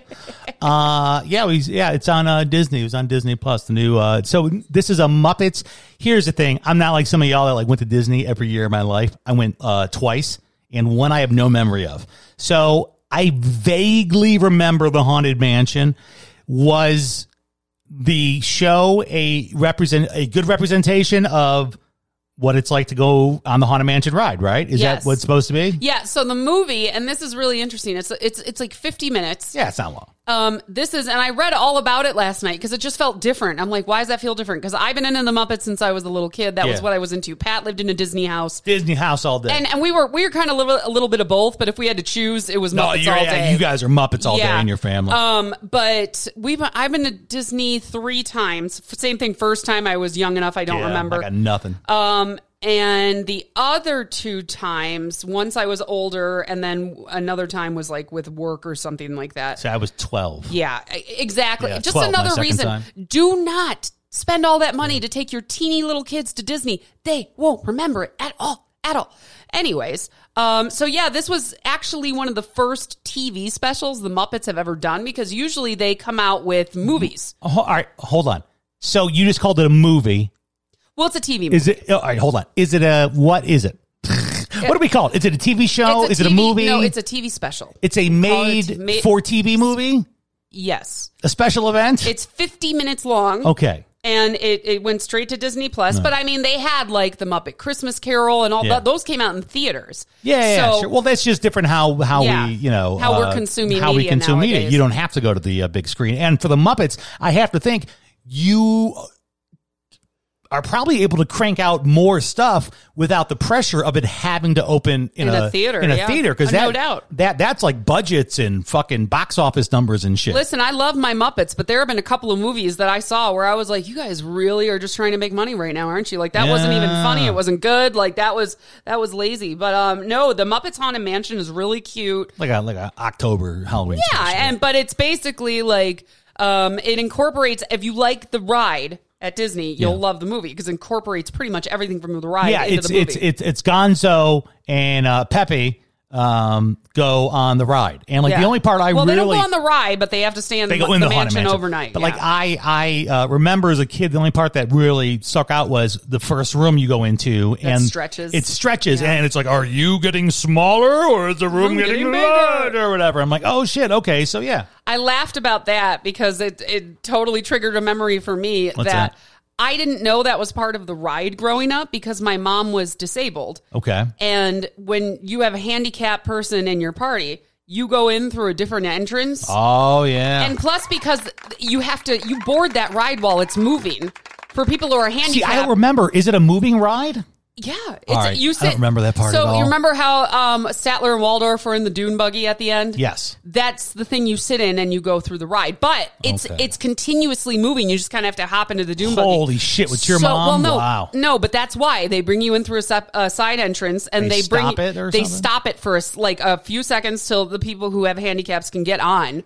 Uh, yeah, we, yeah, it's on uh, Disney. It was on Disney Plus. The new. Uh, so this is a Muppets. Here's the thing. I'm not like some of y'all that like went to Disney every year of my life. I went uh, twice, and one I have no memory of. So I vaguely remember the Haunted Mansion was the show a represent a good representation of what it's like to go on the haunted mansion ride right is
Yes.
that what it's supposed to be
Yeah, so the movie, and this is really interesting. It's it's it's like fifty minutes.
Yeah, it's not long.
Um, this is, and I read all about it last night because it just felt different. I'm like, why does that feel different? Because I've been into the Muppets since I was a little kid. That was
Yeah.
what I was into. Pat lived in a Disney house.
Disney house all day.
and and we were we were kind of little, a little bit of both, but if we had to choose, it was Muppets
you're-
all
yeah,
day.
you guys are Muppets all day in your family.
Um, but we've I've been to Disney three times. F- Same thing. First time I was young enough, I don't
Yeah,
remember.
I got nothing.
um, and the other two times, once I was older, and then another time was like with work or something like that.
so I was 12.
Yeah, e- exactly.
Yeah,
Just
12 my
another
second
reason.
time.
Do not spend all that money to take your teeny little kids to Disney. They won't remember it at all. At all. Anyways, um, so yeah, this was actually one of the first TV specials the Muppets have ever done because usually they come out with movies.
Oh, all right, hold on. So you just called it a movie.
Well, it's a TV movie.
Is it oh, All right, hold on. Is it a what is it? what do we call it? Is it a TV show? is it a
TV
movie?
No, it's a TV special.
It's a made
it's ma-
for TV movie?
Yes,
A special event?
it's 50 minutes long.
okay.
and it, it went straight to Disney Plus. But I mean, they had like the Muppet Christmas Carol and all
Yeah.
that. Those came out in theaters.
Yeah, yeah,
So-
sure. Well, that's just different how how
Yeah.
we you know uh,
How we're consuming
how we
media
consume media.
nowadays.
You don't have to go to the uh, big screen. And for the Muppets, I have to think you are probably able to crank out more stuff without the pressure of it having to open in,
In a theater,
in a
yeah.
theater because
Uh,
that
no doubt.
that that's like budgets and fucking box office numbers and shit.
Listen, I love my Muppets, but there have been a couple of movies that I saw where I was like, "You guys really are just trying to make money right now, aren't you?" Like that wasn't even
Yeah.
funny. It wasn't good. Like that was that was lazy. But um, no, the Muppets Haunted Mansion is really cute.
like a like a October Halloween.
Yeah,
special.
and but it's basically like um, it incorporates if you like the ride at Disney, you'll love the movie because it incorporates pretty much everything from the ride
yeah,
into
it's
the movie.
it's it's it's Gonzo and uh, Pepe. um, go on the ride. And like the
Yeah.
only part I
well,
really
they don't go on the ride, but they have to stay in,
they
the,
go in the, haunted
mansion,
mansion
overnight.
But
yeah.
like I, I uh, remember as a kid, the only part that really stuck out was the first room you go into, and
stretches.
It stretches, and it's like, are you getting smaller or is the room,
Room
getting,
getting bigger.
larger or whatever? I'm like, oh shit, okay, so yeah,
I laughed about that because it it totally triggered a memory for me
What's that?
I didn't know that was part of the ride growing up because my mom was disabled.
okay,
And when you have a handicapped person in your party, you go in through a different entrance.
oh yeah.
And plus, because you have to, you board that ride while it's moving. For people who are handicapped,
See, I don't remember. Is it a moving ride?
yeah, it's,
right. I
you sit,
don't remember that part
So
at all.
you remember how um, Statler and Waldorf are in the dune buggy at the end?
Yes.
that's the thing you sit in and you go through the ride. But it's
Okay.
it's continuously moving. You just kind of have to hop into the dune buggy.
Holy shit, with your mom?
no,
Wow.
no, but that's why they bring you in through a, sep- a side entrance and
They
they, bring
stop it or
they
something?
stop it for a s like a few seconds till the people who have handicaps can get on.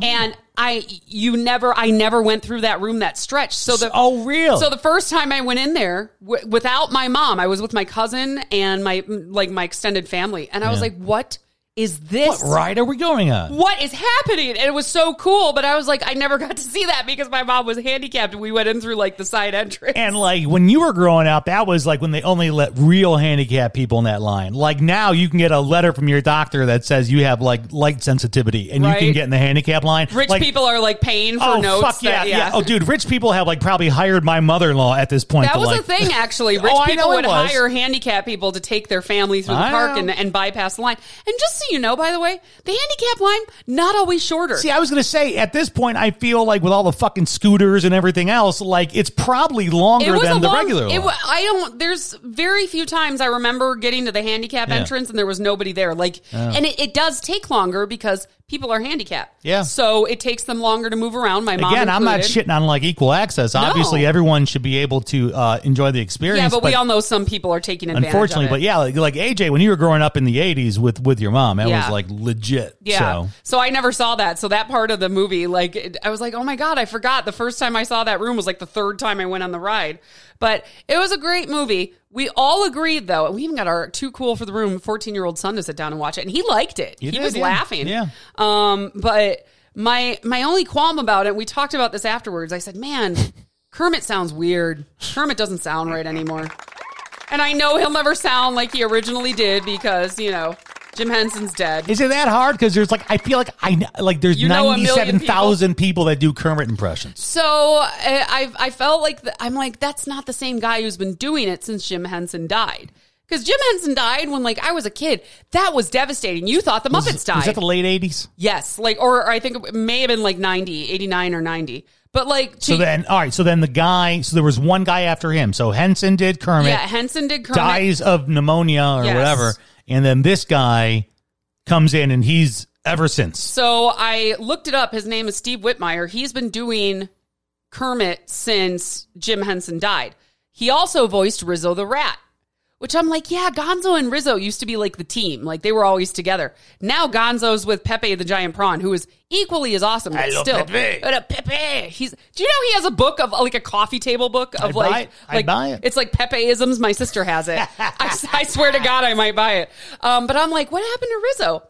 And I, you never, I never went through that room that stretch. So the
Oh, really?
So the first time I went in there w- without my mom, I was with my cousin and my like my extended family, and I was like, "What is this?
What ride are we going on?
what is happening? And it was so cool, but I was like, I never got to see that because my mom was handicapped and we went in through like the side entrance.
And like when you were growing up, that was like when they only let real handicapped people in that line. Like now you can get a letter from your doctor that says you have like light sensitivity and you can
Right.
get in the handicap line.
Rich
Like,
people are like paying for
Oh
notes.
fuck yeah,
that-
yeah, Oh dude, rich people have like probably hired my mother in law at this point.
That
to,
was
like,
a thing, actually. Rich
Oh, I
people
know it
would
was.
hire handicapped people to take their family through
I
the park
know.
and, and bypass the line. And just so you know, by the way, the handicap line not always shorter.
See, I was gonna say at this point, I feel like with all the fucking scooters and everything else, like it's probably longer than the
long-
regular.
It,
line.
wa- I don't. There's very few times I remember getting to the handicap
Yeah. Oh.
entrance and there was nobody there. Like, and it, it does take longer because people are handicapped.
Yeah.
So it takes them longer to move around. My mom.
Again, I'm not
included.
shitting on like equal access. Obviously, everyone should be able to uh, enjoy the experience.
Yeah, but, we all know some people are taking advantage.
unfortunately
of it.
but yeah like, like aj when you were growing up in the 80s with with your mom that was
Yeah.
like legit
Yeah.
so
So. I never saw that. So that part of the movie, like, it, I was like, oh my God, I forgot. The first time I saw that room was like the third time I went on the ride. But it was a great movie. We all agreed, though. and We even got our too cool for the room 14 year old son to sit down and watch it. And he liked it. he
did,
was
yeah.
laughing.
Yeah.
Um, but my my only qualm about it, we talked about this afterwards. I said, man, Kermit sounds weird. Kermit doesn't sound right anymore. And I know he'll never sound like he originally did because, you know, Jim Henson's dead.
is it that hard because there's like i feel like i kn- like there's
You know a million
97000 people that do kermit impressions
So uh, I, I I felt like the, I'm like that's not the same guy who's been doing it since Jim Henson died. Because Jim Henson died when like I was a kid. That was devastating. You thought the Muppets
was,
died.
was that the late 80s
yes, like or, or I think it may have been like 90, 89 or 90. But like
so
to-
then all right so then the guy so there was one guy after him so henson did kermit
yeah, Henson did Kermit.
dies of pneumonia or
Yes.
whatever and then this guy comes in and he's ever since
So I looked it up. His name is Steve Whitmire. He's been doing Kermit since Jim Henson died. He also voiced Rizzo the Rat, which I'm like, yeah, Gonzo and Rizzo used to be like the team. Like they were always together. Now Gonzo's with Pepe the Giant Prawn, who is equally as awesome. But still, Pepe. Pepe. He's. Do you know he has a book of like a coffee table book of
I'd buy
like
it. I'd
like
buy it.
it's like Pepeisms. My sister has it. I, I swear to God, I might buy it. Um, but I'm like, what happened to Rizzo?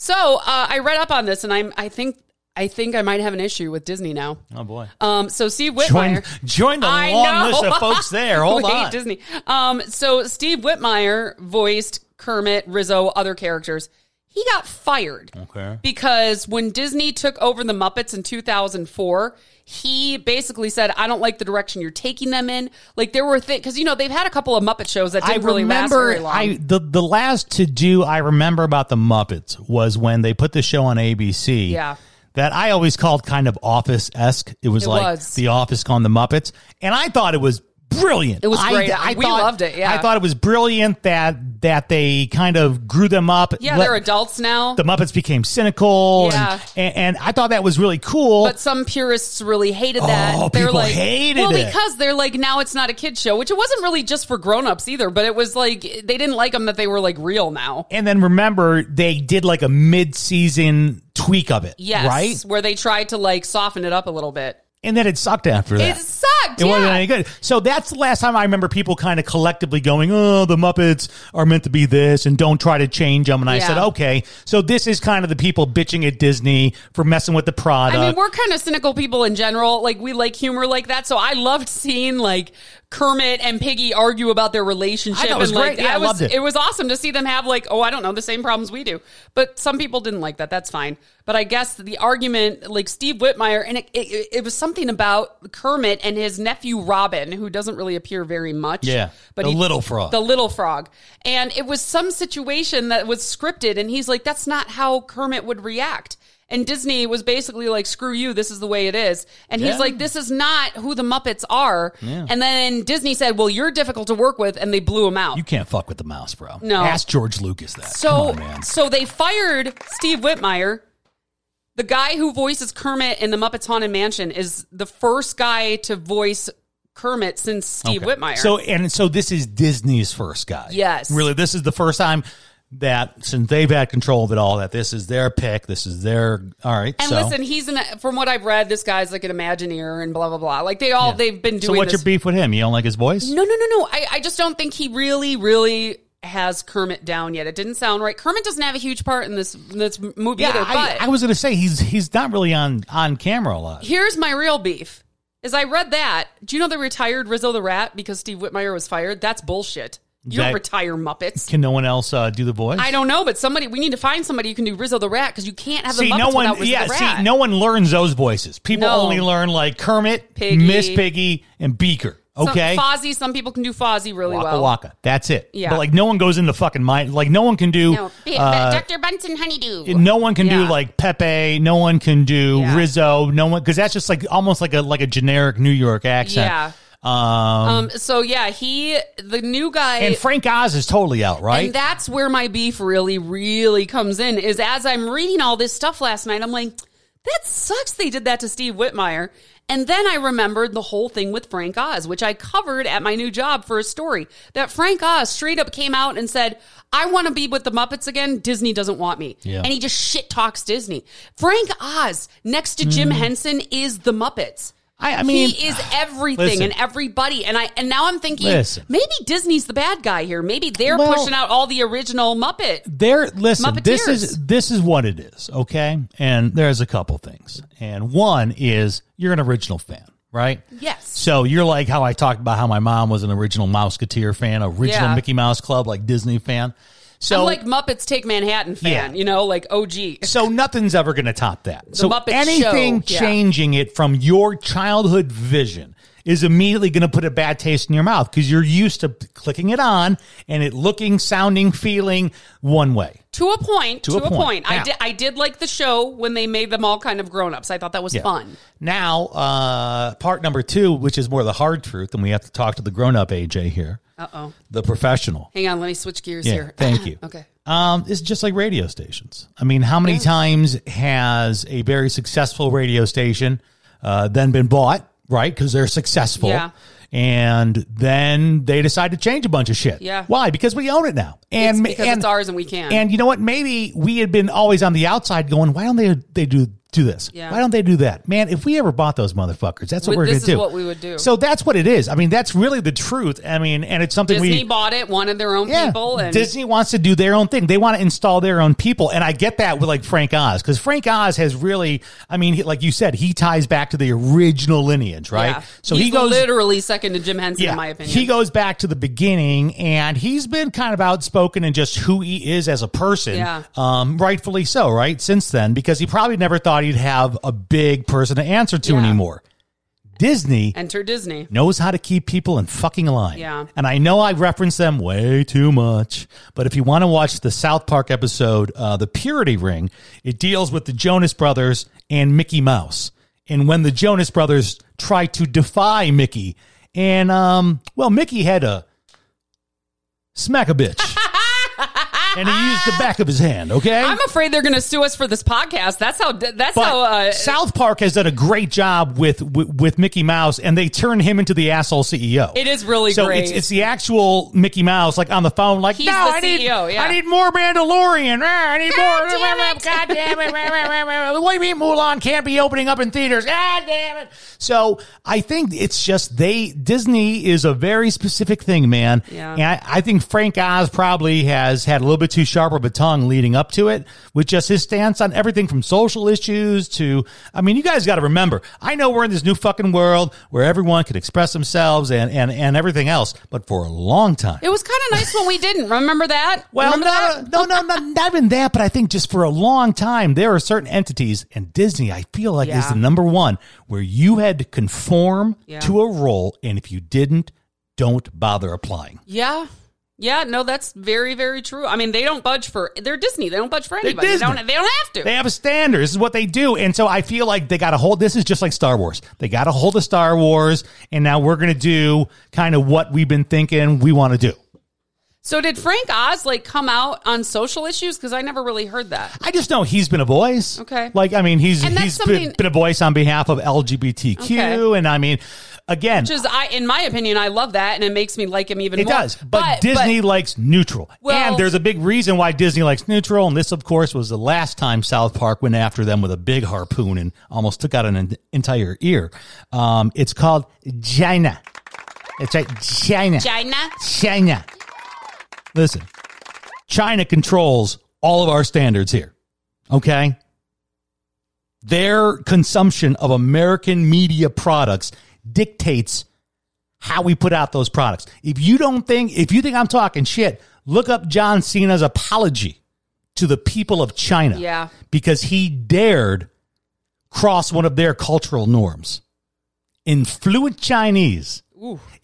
So uh, I read up on this, and I'm I think I think I might have an issue with Disney now.
oh boy
Um, so Steve
join
Whitmire
join the
I
long
know.
list of folks there hold
we hate
on
Disney. Um, so Steve Whitmire voiced Kermit, Rizzo, other characters. He got fired
Okay.
because when Disney took over the Muppets in 2004, he basically said, "I don't like the direction you're taking them in." Like there were things because you know they've had a couple of Muppet shows that didn't really last very long.
I the the last to do I remember about the Muppets was when they put the show on ABC.
Yeah.
That I always called kind of office esque. It was
It
like
was.
the office on the Muppets. And I thought it was brilliant.
It was
I-
great.
I
We
thought-
loved it, yeah.
I thought it was brilliant that that they kind of grew them up.
yeah,
Let-
they're adults now.
The Muppets became cynical.
Yeah.
And, and, and I thought that was really cool.
But some purists really hated that.
Oh,
they're
people
like,
hated
well,
it.
because they're like, now it's not a kid show, which it wasn't really just for grown-ups either. But it was like they didn't like them that they were like real now.
and then remember they did like a mid season tweak of it.
Yes,
Right?
where they tried to like soften it up a little bit.
And then it sucked after that.
It sucked. sucked.
It wasn't
yeah.
any good. So that's the last time I remember people kind of collectively going, "Oh, the Muppets are meant to be this, and don't try to change them." And I
Yeah.
said, "Okay." So this is kind of the people bitching at Disney for messing with the product.
I mean, we're kind of cynical people in general. Like we like humor like that. So I loved seeing like Kermit and Piggy argue about their relationship.
I thought it was
and, like,
great. Yeah, I
was,
loved it.
was awesome to see them have like, oh, I don't know, the same problems we do. But some people didn't like that. That's fine. But I guess the argument, like Steve Whitmire, and it, it, it was something about Kermit and his nephew Robin, who doesn't really appear very much.
Yeah, the little frog.
The little frog. And it was some situation that was scripted, and he's like, that's not how Kermit would react. And Disney was basically like, screw you, this is the way it is. And
Yeah.
he's like, this is not who the Muppets are. And then Disney said, well, you're difficult to work with, and they blew him out.
you can't fuck with the mouse, bro.
No.
ask George Lucas that.
so,
Come on, man.
so they fired Steve Whitmire. The guy who voices Kermit in the Muppets Haunted Mansion is the first guy to voice Kermit since Steve
Okay.
Whitmire.
So and so this is Disney's first guy.
Yes.
Really, this is the first time that since they've had control of it all, that this is their pick. This is their all right.
And
so.
listen, he's an from what I've read, this guy's like an Imagineer and blah blah blah. Like they all they've been
So
doing.
what's
this.
your beef with him? You don't like his voice?
No, no, no, no. I, I just don't think he really, really has Kermit down yet. It didn't sound right. Kermit doesn't have a huge part in this in this movie
Yeah,
either.
I,
but
I was gonna say he's he's not really on on camera a lot.
here's my real beef. Is I read that. Do you know they retired Rizzo the Rat because Steve Whitmire was fired? That's bullshit. You
That-
don't retire Muppets.
Can no one else uh, do the voice?
I don't know, but somebody we need to find somebody who can do Rizzo the Rat because you can't have
see
the Muppets
no
without
one.
Rizzo
Yeah,
the Rat.
see no one learns those voices. People
No.
only learn like Kermit,
Piggy.
Miss Piggy, and Beaker. Okay,
Some, Fozzie. Some people can do Fozzie really
Waka
well.
Waka. That's it.
Yeah.
but like no one goes into fucking mind. Like no one can do.
No, B-
uh,
Dr. Bunsen Honeydew.
no one can do
Yeah.
like Pepe. No one can do
Yeah.
Rizzo. No one because that's just like almost like a like a generic New York accent.
Yeah.
Um,
Um. So yeah, he the new guy.
and Frank Oz is totally out, right?
And that's where my beef really, really comes in. Is as I'm reading all this stuff last night, I'm like, that sucks. They did that to Steve Whitmire. And then I remembered the whole thing with Frank Oz, which I covered at my new job for a story. That Frank Oz straight up came out and said, I want to be with the Muppets again. Disney doesn't want me.
Yeah.
And he just shit talks Disney. Frank Oz, next to Jim Henson, is the Muppets.
Hmm. I- I mean-
he is everything
Listen.
and everybody. And I and now I'm thinking
Listen.
maybe Disney's the bad guy here. Maybe they're
Well-
pushing out all the original Muppet.
there listen this
Muppeteers.
is this is what it is okay and there's a couple things and one is you're an original fan right
Yes.
so you're like how i talked about how my mom was an original mouseketeer fan original
Yeah.
mickey mouse club like disney fan so
I'm like Muppets Take Manhattan fan,
Yeah.
you know, like OG.
so nothing's ever going to top that. so
Muppet
anything
Show, yeah.
changing it from your childhood vision is immediately going to put a bad taste in your mouth because you're used to clicking it on and it looking, sounding, feeling one way.
To a point, to, a, point.
Now-
I did I did like the show when they made them all kind of grown-ups. I thought that was
Yeah.
fun.
Now, uh, part number two, which is more the hard truth, and we have to talk to the grown up AJ here,
Uh-oh.
the professional.
Hang on, let me switch gears
Yeah,
here.
thank you.
okay.
Um, it's just like radio stations. I mean, how many times has a very successful radio station uh, then been bought, right? Because they're successful.
Yeah.
And then they decide to change a bunch of shit.
Yeah.
Why? Because we own it now. And
It's because
and,
it's ours and we can.
And you know what? Maybe we had been always on the outside going, why don't they they do do this?
Yeah.
Why don't they do that? Man, if we ever bought those motherfuckers, that's what
Well,
we're
this
going to
is
do.
what we would do.
So that's what it is. I mean, that's really the truth. I mean, and it's something
Disney
we
bought it, wanted their own people and
Disney wants to do their own thing. They want to install their own people, and I get that with like Frank Oz because Frank Oz has really, I mean, he, like you said, he ties back to the original lineage, right?
Yeah. He's literally second to Jim Henson in my opinion.
He goes back to the beginning and he's been kind of outspoken in just who he is as a person.
Yeah.
Um, rightfully so, right? Since then, because he probably never thought he'd have a big person to answer to
Yeah.
anymore. Disney
Enter Disney.
knows how to keep people in fucking line.
Yeah.
And I know I reference them way too much, but if you want to watch the South Park episode, uh, The Purity Ring, it deals with the Jonas Brothers and Mickey Mouse. And when the Jonas Brothers try to defy Mickey, and, um, well, Mickey had a smack a bitch. and he used the back of his hand. Okay,
I'm afraid they're going to sue us for this podcast. That's how. That's
But
how. Uh,
South Park has done a great job with, with with Mickey Mouse, and they turn him into the asshole CEO.
It is really
so
great.
It's, it's the actual Mickey Mouse, like on the phone, like
He's
no,
the
I need,
CEO, yeah.
I need more Mandalorian. Ah, I need more.
damn it.
God damn it! Rah, rah, rah, rah. What do you mean Mulan can't be opening up in theaters? God damn it! So I think it's just they Disney is a very specific thing, man.
Yeah.
And I, I think Frank Oz probably has had a little bit too sharp of a tongue leading up to it with just his stance on everything from social issues to, I mean, you guys got to remember, I know we're in this new fucking world where everyone can express themselves and, and, and everything else, but for a long time.
it was kind of nice when we didn't. Remember that?
Well,
Remember
no,
that?
no, no, no, not even that, but I think just for a long time, there are certain entities, and Disney, I feel like, is
Yeah.
the number one where you had to conform
Yeah.
to a role, and if you didn't, don't bother applying.
Yeah. Yeah, no, that's very, very true. I mean, they don't budge for they're Disney. They don't budge for
They're
anybody. They
Disney.
don't. They don't have to.
They have a standard. This is what they do. And so I feel like they got a hold. This is just like Star Wars. They got a hold of Star Wars, and now we're going to do kind of what we've been thinking we want to do.
so did Frank Oz like come out on social issues? Because I never really heard that.
I just know he's been a voice.
Okay.
Like, I mean, he's,
And that's
he's been,
something-
been a voice on behalf of LGBTQ.
Okay.
And I mean, again,
Which is, I, in my opinion, I love that, and it makes me like him even
it
more.
does. But, Disney likes neutral.
Well-
and there's a big reason why Disney likes neutral. And this, of course, was the last time South Park went after them with a big harpoon and almost took out an en- entire ear. Um, it's called China. It's right, China.
China.
China. Listen, China controls all of our standards here. Okay? Their consumption of American media products dictates how we put out those products. If you don't think, if you think I'm talking shit, look up John Cena's apology to the people of China.
Yeah.
Because he dared cross one of their cultural norms in fluent Chinese.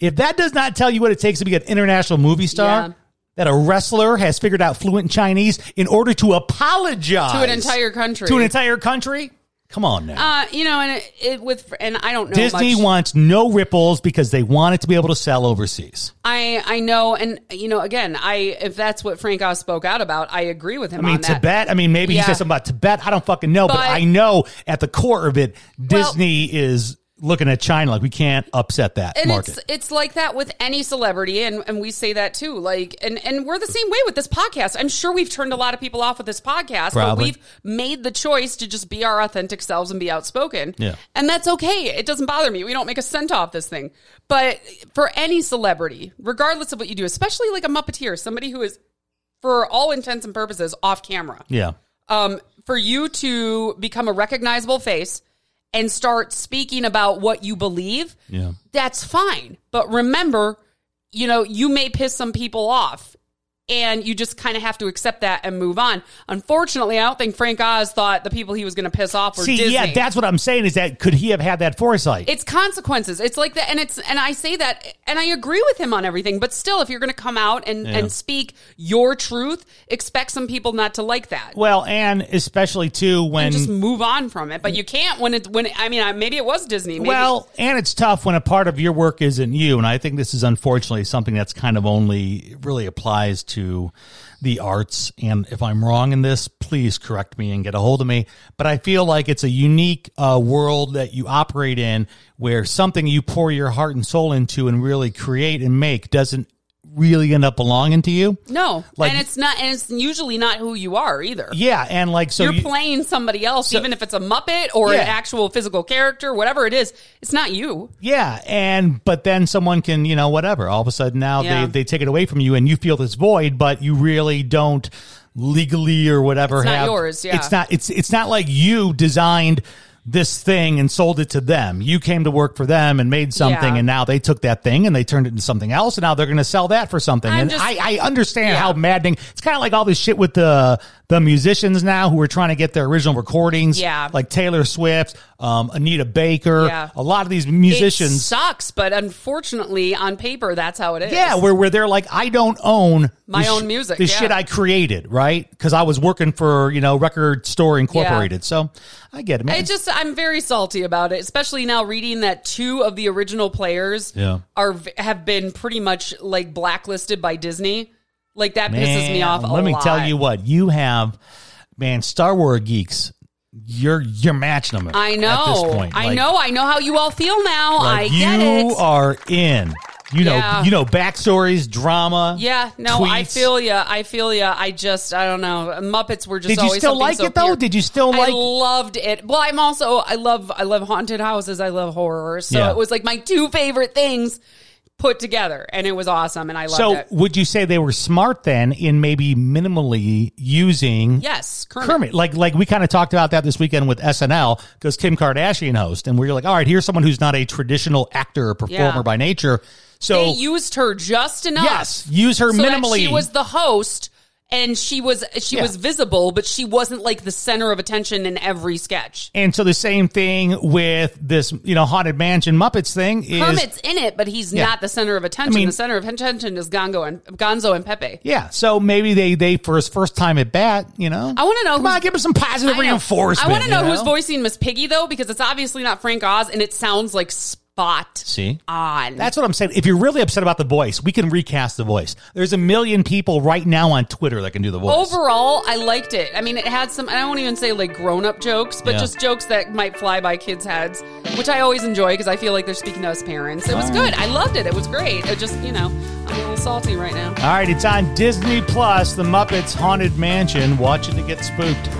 If that does not tell you what it takes to be an international movie star,
Yeah.
that a wrestler has figured out fluent Chinese in order to apologize
To an entire country.
to an entire country. Come on now.
Uh, you know, and it, it with and I don't know
Disney
much.
wants no ripples because they want it to be able to sell overseas.
I I know, and you know, again, I if that's what Frank Oz spoke out about, I agree with him.
I mean,
on that.
Tibet. I mean, maybe he
Yeah.
said something about Tibet. I don't fucking know, but,
But-
I know at the core of it, Disney is looking at China like we can't upset that
and
market.
it's it's like that with any celebrity and and we say that too like and and we're the same way with this podcast i'm sure we've turned a lot of people off with this podcast but
Probably.
we've made the choice to just be our authentic selves and be outspoken
Yeah.
and that's okay it doesn't bother me we don't make a cent off this thing but for any celebrity regardless of what you do especially like a muppeteer somebody who is for all intents and purposes off camera
yeah.
um, for you to become a recognizable face and start speaking about what you believe,
Yeah.
that's fine. But remember, you know, you may piss some people off and you just kind of have to accept that and move on. Unfortunately, I don't think Frank Oz thought the people he was going to piss off were
See,
Disney.
yeah, that's what I'm saying is that could he have had that foresight?
it's consequences. It's like that, and it's and I say that, and I agree with him on everything. But still, if you're going to come out and and speak your truth, expect some people not to like that.
well, and especially too when
and just move on from it. But you can't when it when it, I mean I, maybe it was Disney. Maybe,
Well, and it's tough when a part of your work isn't you. And I think this is unfortunately something that's kind of only really applies to the arts. And if I'm wrong in this, please correct me and get a hold of me. But I feel like it's a unique uh, world that you operate in where something you pour your heart and soul into and really create and make doesn't really end up belonging to you.
no,
like-
and it's not, and it's usually not who you are either.
Yeah. And like, so
You're
you-
playing somebody else, even if it's a Muppet or
Yeah.
an actual physical character, whatever it is. It's not you.
Yeah, and but then someone can, you know, whatever. All of a sudden now
Yeah.
they, they take it away from you and you feel this void, but you really don't legally or whatever
It's not
have
yours, yeah.
It's not it's it's not like you designed this thing and sold it to them. You came to work for them and made something
Yeah.
and now they took that thing and they turned it into something else and now they're gonna sell that for something.
I'm
and
just-
I, I understand
Yeah.
how maddening it's kinda like all this shit with the the musicians now who are trying to get their original recordings.
Yeah.
Like Taylor Swift, um, Anita Baker,
Yeah.
a lot of these
It
musicians.
sucks, but unfortunately, on paper, that's how it is.
Yeah, where where they're like, I don't own
My
the
own music,
the
yeah.
shit I created, right? Because I was working for you know Record Store Incorporated. So I get it, man.
I just I'm very salty about it, especially now reading that two of the original players
Yeah.
are have been pretty much like blacklisted by Disney Like that pisses me
Man,
off. a
Let me tell
lot.
you what you have, man. Star Wars geeks, you're you're matching them.
I know.
At this point,
I
Like-
know. I know how you all feel now.
like,
I get
you
it.
are in. You know.
Yeah.
You know backstories, drama.
yeah. No, I
tweets.
feel you. I feel you. I just. I don't know. Muppets were just.
Did you
always
still
something
like
so
it though?
pure.
Did you still
I
like?
loved it. Well, I'm also I love I love haunted houses. I love horror. So
Yeah.
it was like my two favorite things put together, and it was awesome. And I loved
so
it.
would you say they were smart then in maybe minimally using
Yes, Kermit.
Kermit. Like like we kind of talked about that this weekend with SNL because Kim Kardashian host, and we were like, all right, here's someone who's not a traditional actor or performer
Yeah.
by nature.
They
So
used her just enough.
yes, use her
so that
minimally.
she was the host. And she was she
Yeah.
was visible, but she wasn't like the center of attention in every sketch.
and so the same thing with this, you know, haunted mansion Muppets thing is
Kermit's in it, but he's
Yeah.
not the center of attention.
mean-
the center of attention is Gongo and Gonzo and Pepe.
yeah. So maybe they they for his first time at bat, you know,
I want to know.
Come on,
who's-
give him some positive
I know.
reinforcement.
I want to
you
know, who's voicing Miss Piggy though, because it's obviously not Frank Oz, and it sounds like spot
See,
on.
That's what I'm saying. If you're really upset about the voice, we can recast the voice. There's a million people right now on Twitter that can do the voice.
Overall, I liked it. I mean, it had some. I won't even say like grown-up jokes, but
Yeah.
just jokes that might fly by kids' heads, which I always enjoy because I feel like they're speaking to us parents. It was good. I loved it. It was great. It just, you know, I'm a little salty right now.
All right, it's on Disney Plus, The Muppets Haunted Mansion. Watch it to get spooked.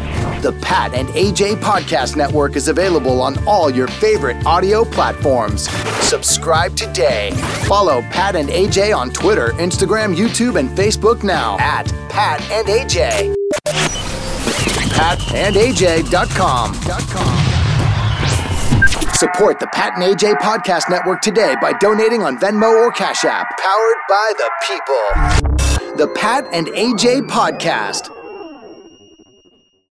The Pat and AJ Podcast Network is available on all your favorite audio platforms. Subscribe today. Follow Pat and AJ on Twitter, Instagram, YouTube, and Facebook now at Pat and AJ. PatandAJ.com. Support the Pat and AJ Podcast Network today by donating on Venmo or Cash App. Powered by the people. The Pat and AJ Podcast.